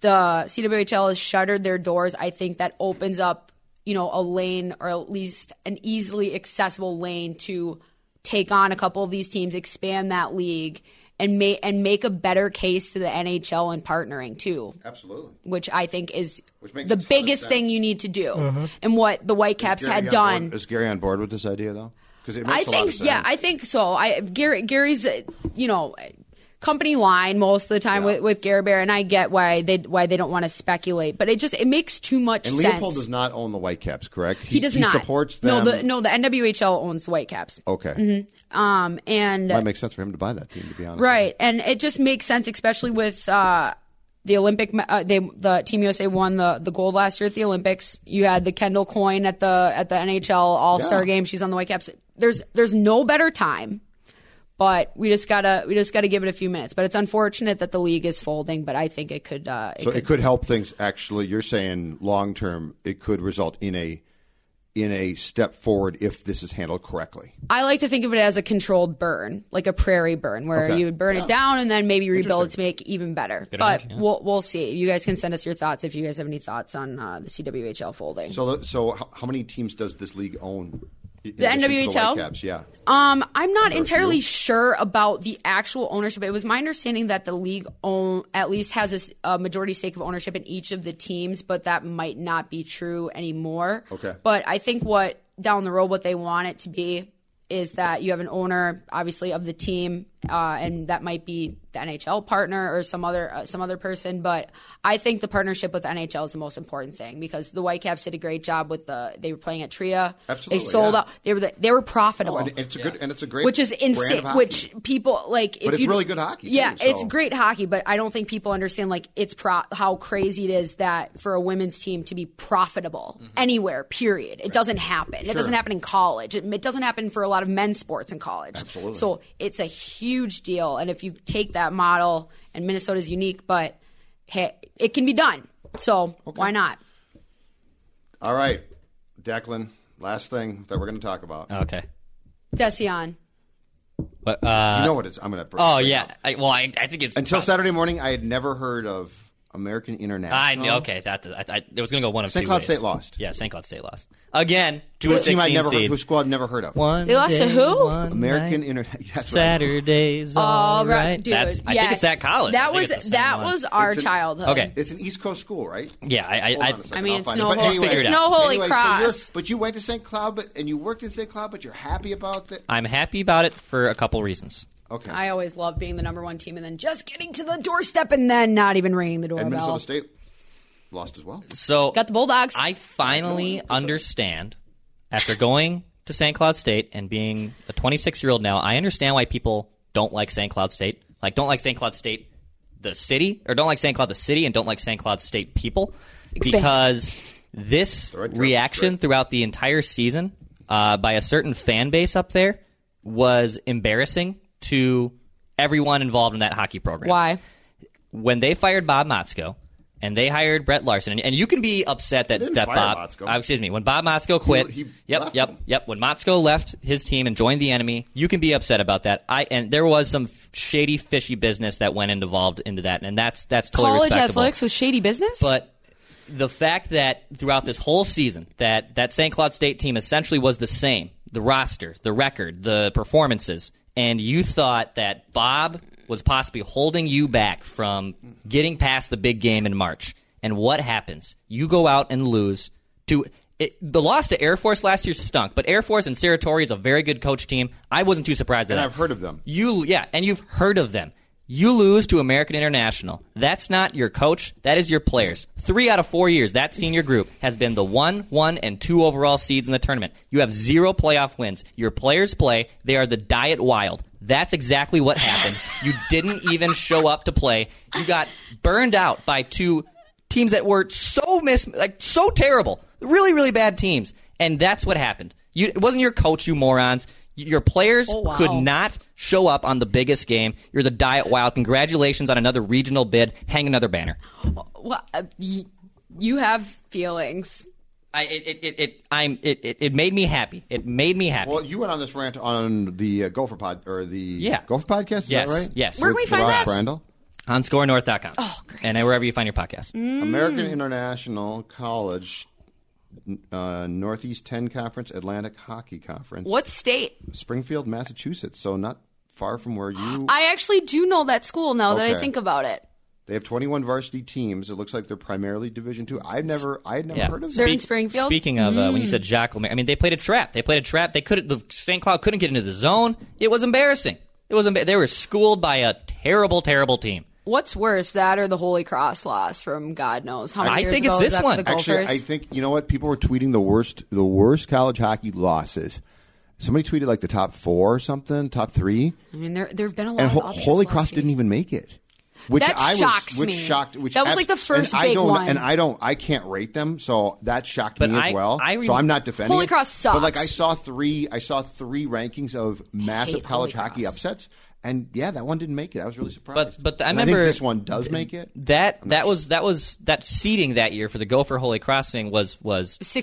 D: the CWHL has shuttered their doors, I think that opens up, you know, a lane or at least an easily accessible lane to take on a couple of these teams, expand that league, and make and make a better case to the NHL in partnering too,
C: Absolutely.
D: which I think is
C: makes
D: the
C: a ton of
D: biggest
C: sense.
D: thing you need to do, and what the Whitecaps
C: Gary
D: had
C: on
D: done.
C: board- is Gary on board with this idea though? Because it makes
D: I
C: a lot
D: think
C: of sense.
D: yeah, I think so. I Gary Gary's uh, you know company line most of the time with, with Gary Bear, and I get why they why they don't want to speculate, but it just it makes too much
C: and
D: sense.
C: Leopold does not own the Whitecaps, correct?
D: he does not
C: supports them.
D: No, the no the NWHL owns the Whitecaps.
C: Okay.
D: Um and
C: Might make sense for him to buy that team, to be honest.
D: Right, and it just makes sense, especially with uh, the Olympic. Uh, they the Team USA won the, the gold last year at the Olympics. You had the Kendall Coyne at the at the NHL All Star
C: Yeah.
D: game. She's on the Whitecaps. There's there's no better time, but we just gotta we just gotta give it a few minutes. But it's unfortunate that the league is folding. But I think it could. Uh, it
C: So
D: could
C: it could help things. Actually, you're saying long term, it could result in a in a step forward if this is handled correctly.
D: I like to think of it as a controlled burn, like a prairie burn, where
C: Okay.
D: you would burn it down and then maybe rebuild it to make it even better. but we'll we'll see. You guys can send us your thoughts if you guys have any thoughts on uh, the CWHL folding.
C: So, the- so how, how many teams does this league own? in addition to
D: NWHL?
C: Whitecaps, yeah.
D: Um, I'm not
C: Or
D: entirely
C: you?
D: sure about the actual ownership. It was my understanding that the league own at least has a s- a, majority stake of ownership in each of the teams, but that might not be true anymore.
C: Okay.
D: But I think what down the road what they want it to be is that you have an owner, obviously, of the team, uh, and that might be the NHL partner or some other uh, some other person. But I think the partnership with the NHL is the most important thing because the Whitecaps did a great job with the they were playing at Tria.
C: Absolutely,
D: they sold
C: yeah.
D: out. They were the, they were profitable
C: Oh, and it's a good and it's a great
D: which is
C: brand of
D: insane.
C: hockey.
D: Which people like, if
C: it's
D: you-
C: really good hockey, too,
D: Yeah, it's
C: so-
D: great hockey, but I don't think people understand like it's pro- how crazy it is that for a women's team to be profitable
C: Mm-hmm.
D: anywhere. Period. It doesn't happen. It doesn't happen in college. It, it doesn't happen for a lot of men's sports in college. Absolutely. So it's a huge deal, and if you take that model, and Minnesota's unique, but hey, it can be done. So why not?
C: All right, Declan. Last thing that we're going to talk about.
E: Okay.
D: Desion.
E: But uh,
C: you know what it's? I'm going to.
E: oh yeah. Uh, I, well, I, I think it's
C: Until Saturday morning, I had never heard of American International.
E: I knew. Okay, that I, I, it was going to go one of
C: St.
E: two
C: Cloud
E: ways.
C: State lost.
E: Yeah, St. Cloud State lost again.
C: To a team
E: 16
C: I never heard,
E: seed.
C: to a squad never heard of.
E: One
D: They lost to
E: day,
D: who?
E: one
C: American
E: night,
C: International.
E: Saturdays. All right,
D: dude.
E: That's, I
D: yes.
E: think it's that college. I
D: That
E: think
D: was
E: it's the same
D: that
E: one.
D: was our
C: It's an-
D: childhood.
E: Okay.
C: It's an East Coast school, right?
E: Yeah, I I, I,
C: Hold on a second,
D: I mean,
C: I'll
D: it's
C: find
D: no
C: it. But
D: hol-
C: anyway,
E: it's
C: anyway,
E: no
D: Holy
C: so you're-
D: Cross.
C: but you went to St. Cloud, but and you worked in St. Cloud, but you're happy about that.
E: I'm happy about it for a couple reasons.
C: Okay.
D: I always love being the number one team and then just getting to the doorstep and then not even ringing the
C: and
D: doorbell.
C: Minnesota State lost as well.
E: So
D: Got the Bulldogs.
E: I finally understand after going to St. Cloud State and being a 26 year old now, I understand why people don't like St. Cloud State. Like, don't like St. Cloud State, the city, or don't like St. Cloud, the city, and don't like St. Cloud State people because this
C: right, Travis,
E: reaction
C: right.
E: throughout the entire season uh, by a certain fan base up there was embarrassing to everyone involved in that hockey program
D: Why?
E: when they fired Bob Motzko and they hired Brett Larson, and, and you can be upset that,
C: didn't
E: that
C: fire
E: Bob,
C: Motzko.
E: uh, excuse me, when Bob Motzko quit,
C: he
E: yep,
C: left
E: yep,
C: him.
E: yep. When Motzko left his team and joined the enemy, you can be upset about that. I and there was some f- shady, fishy business that went involved into that, and that's that's totally
D: College
E: respectable.
D: athletics with shady business.
E: But the fact that throughout this whole season that that St. Cloud State team essentially was the same, the roster, the record, the performances, and you thought that Bob was possibly holding you back from getting past the big game in March. And what happens? You go out and lose to it, the loss to Air Force last year stunk, but Air Force and Saratori is a very good coach team. I wasn't too surprised by
C: And
E: that.
C: I've heard of them.
E: You yeah, and you've heard of them. You lose to American International. That's not your coach. That is your players. Three out of four years, that senior group has been the one, one, and two overall seeds in the tournament. You have zero playoff wins. Your players play. They are the diet wild. That's exactly what happened. You didn't even show up to play. You got burned out by two teams that were so mis like so terrible, really, really bad teams. And that's what happened. You, it wasn't your coach, you morons. Y- Your players
D: Oh, wow.
E: could not show up on the biggest game. You're the Diet Wild. Congratulations on another regional bid. Hang another banner.
D: Well, uh, y- you have feelings.
E: I, it, it, it, it, I'm, it, it, it made me happy. It made me happy.
C: Well, you went on this rant on the uh, Gopher Pod or the
E: Yeah.
C: Gopher Podcast. Is
E: Yes,
C: that right?
E: yes.
D: Where'd
C: With
D: we find
C: Ross
D: that?
C: Brandel?
E: on scorenorth.com. Oh, great. And wherever you find your podcast.
D: Mm.
C: American International College, uh, Northeast Ten Conference, Atlantic Hockey Conference,
D: What state?
C: Springfield, Massachusetts. So not far from where you.
D: I actually do know that school now that I
C: Okay.
D: think about it.
C: they have 21 varsity teams. It looks like they're primarily Division Two. I've never, I had never
E: Yeah.
C: heard of
D: They're
C: them.
D: in Springfield. Mm.
E: Speaking of uh, when you said Jacques Lemaire, I mean they played a trap. They played a trap. They could the St. Cloud couldn't get into the zone. It was embarrassing. It was emba- they were schooled by a terrible, terrible team.
D: What's worse, that or the Holy Cross loss from God knows how many
E: I
D: years
E: think
D: ago
E: it's
D: was
E: this
D: that for
E: one.
D: The
C: Actually,
D: Gophers?
C: I think you know what people were tweeting the worst, the worst college hockey losses. Somebody tweeted like the top four or something, top three,
D: I mean, there there have been a lot
C: and
D: of
C: Ho-
D: upsets
C: Holy
D: last
C: Cross
D: year.
C: didn't even make it. Which
D: That
C: I was,
D: shocks
C: which
D: me.
C: Shocked, which
D: That was, like, the
C: abs-
D: first
C: and I
D: big
C: don't,
D: one.
C: And I don't, I can't rate them, so that shocked
E: But
C: me
E: I-
C: as well.
E: I rem-
C: so I'm not defending.
D: Holy
C: it.
D: Cross
C: But like I
D: sucks.
C: saw three, I saw three rankings of massive
D: Holy
C: college hockey
D: Cross.
C: upsets, and yeah, that one didn't make it. I was really surprised.
E: But- but I
C: And I
E: remember-
C: think this one does make it.
E: That that was that was that seeding that year for the Gopher Holy Crossing was was
D: 16-1.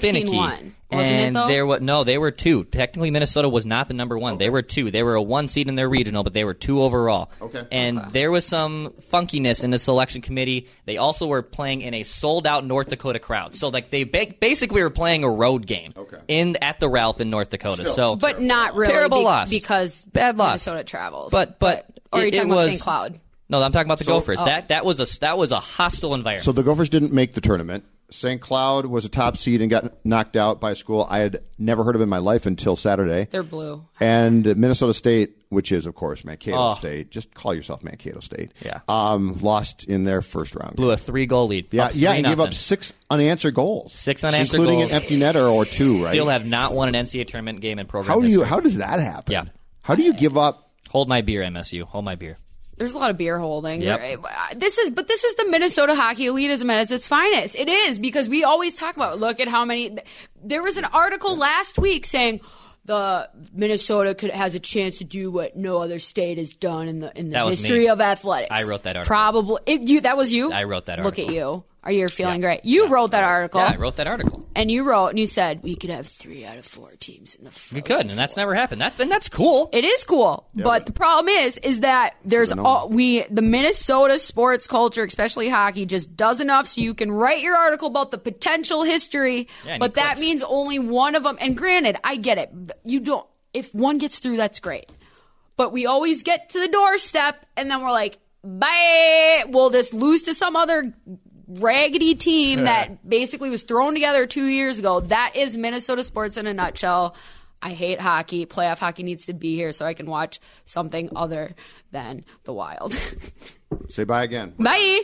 E: finicky.
D: Wasn't it,
E: and
D: though?
E: there was no, they were two. Technically, Minnesota was not the number one. They were two. They were a one seed in their regional, but they were two overall.
C: Okay.
E: And there was some funkiness in the selection committee. They also were playing in a sold-out North Dakota crowd, so like they ba- basically were playing a road game
C: Okay.
E: in at the Ralph in North Dakota.
C: Still,
E: so,
D: but not really
E: terrible
D: be-
E: loss
D: because
E: bad loss.
D: Minnesota travels.
E: But but,
D: or are you
E: it,
D: talking
E: it was,
D: about St. Cloud?
E: No, I'm talking about the Gophers. That that was a that was a hostile environment.
C: So the Gophers didn't make the tournament. St. Cloud was a top seed and got knocked out by a school I had never heard of in my life until Saturday.
D: They're blue.
C: and Minnesota State, which is of course Mankato State, just call yourself Mankato State.
E: Oh. Yeah.
C: um, lost in their first round.
E: blew a three goal lead.
C: yeah,
E: Up
C: yeah, and gave
E: nothing.
C: up six unanswered goals,
E: Six unanswered
C: including
E: goals.
C: an empty netter or two. Right?
E: Still have not won an NCAA tournament game in program
C: how do you?
E: history.
C: How does that happen?
E: Yeah.
C: How do you give up?
E: Hold my beer, MSU. Hold my beer.
D: There's a lot of beer holding.
E: Yep.
D: There- uh, This is, but this is the Minnesota hockey elitism at its finest. It is because we always talk about. Look at how many. There was an article last week saying the Minnesota could has a chance to do what no other state has done in the in the
E: That was
D: history
E: me.
D: of athletics.
E: I wrote that article.
D: Probably if you. That was you.
E: I wrote that
D: Look
E: article.
D: at you. Are you feeling
E: Yeah.
D: great? You wrote that article.
E: Yeah, I wrote that article.
D: And you wrote and you said we could have three out of four teams in the.
E: We
D: Frozen
E: could, and that's
D: Four."
E: never happened. That and that's cool.
D: It is cool, but the problem is, is that there's
C: known.
D: all we the Minnesota sports culture, especially hockey, just does enough so you can write your article about the potential history,
E: Yeah, and
D: but
E: you
D: that
E: clips.
D: means only one of them. And granted, I get it. You don't. If one gets through, that's great. But we always get to the doorstep, and then we're like, bye. We'll just lose to some other raggedy team that basically was thrown together two years ago. That is Minnesota sports in a nutshell. I hate hockey. Playoff hockey needs to be here so I can watch something other than the wild.
C: Say bye again.
D: Bye.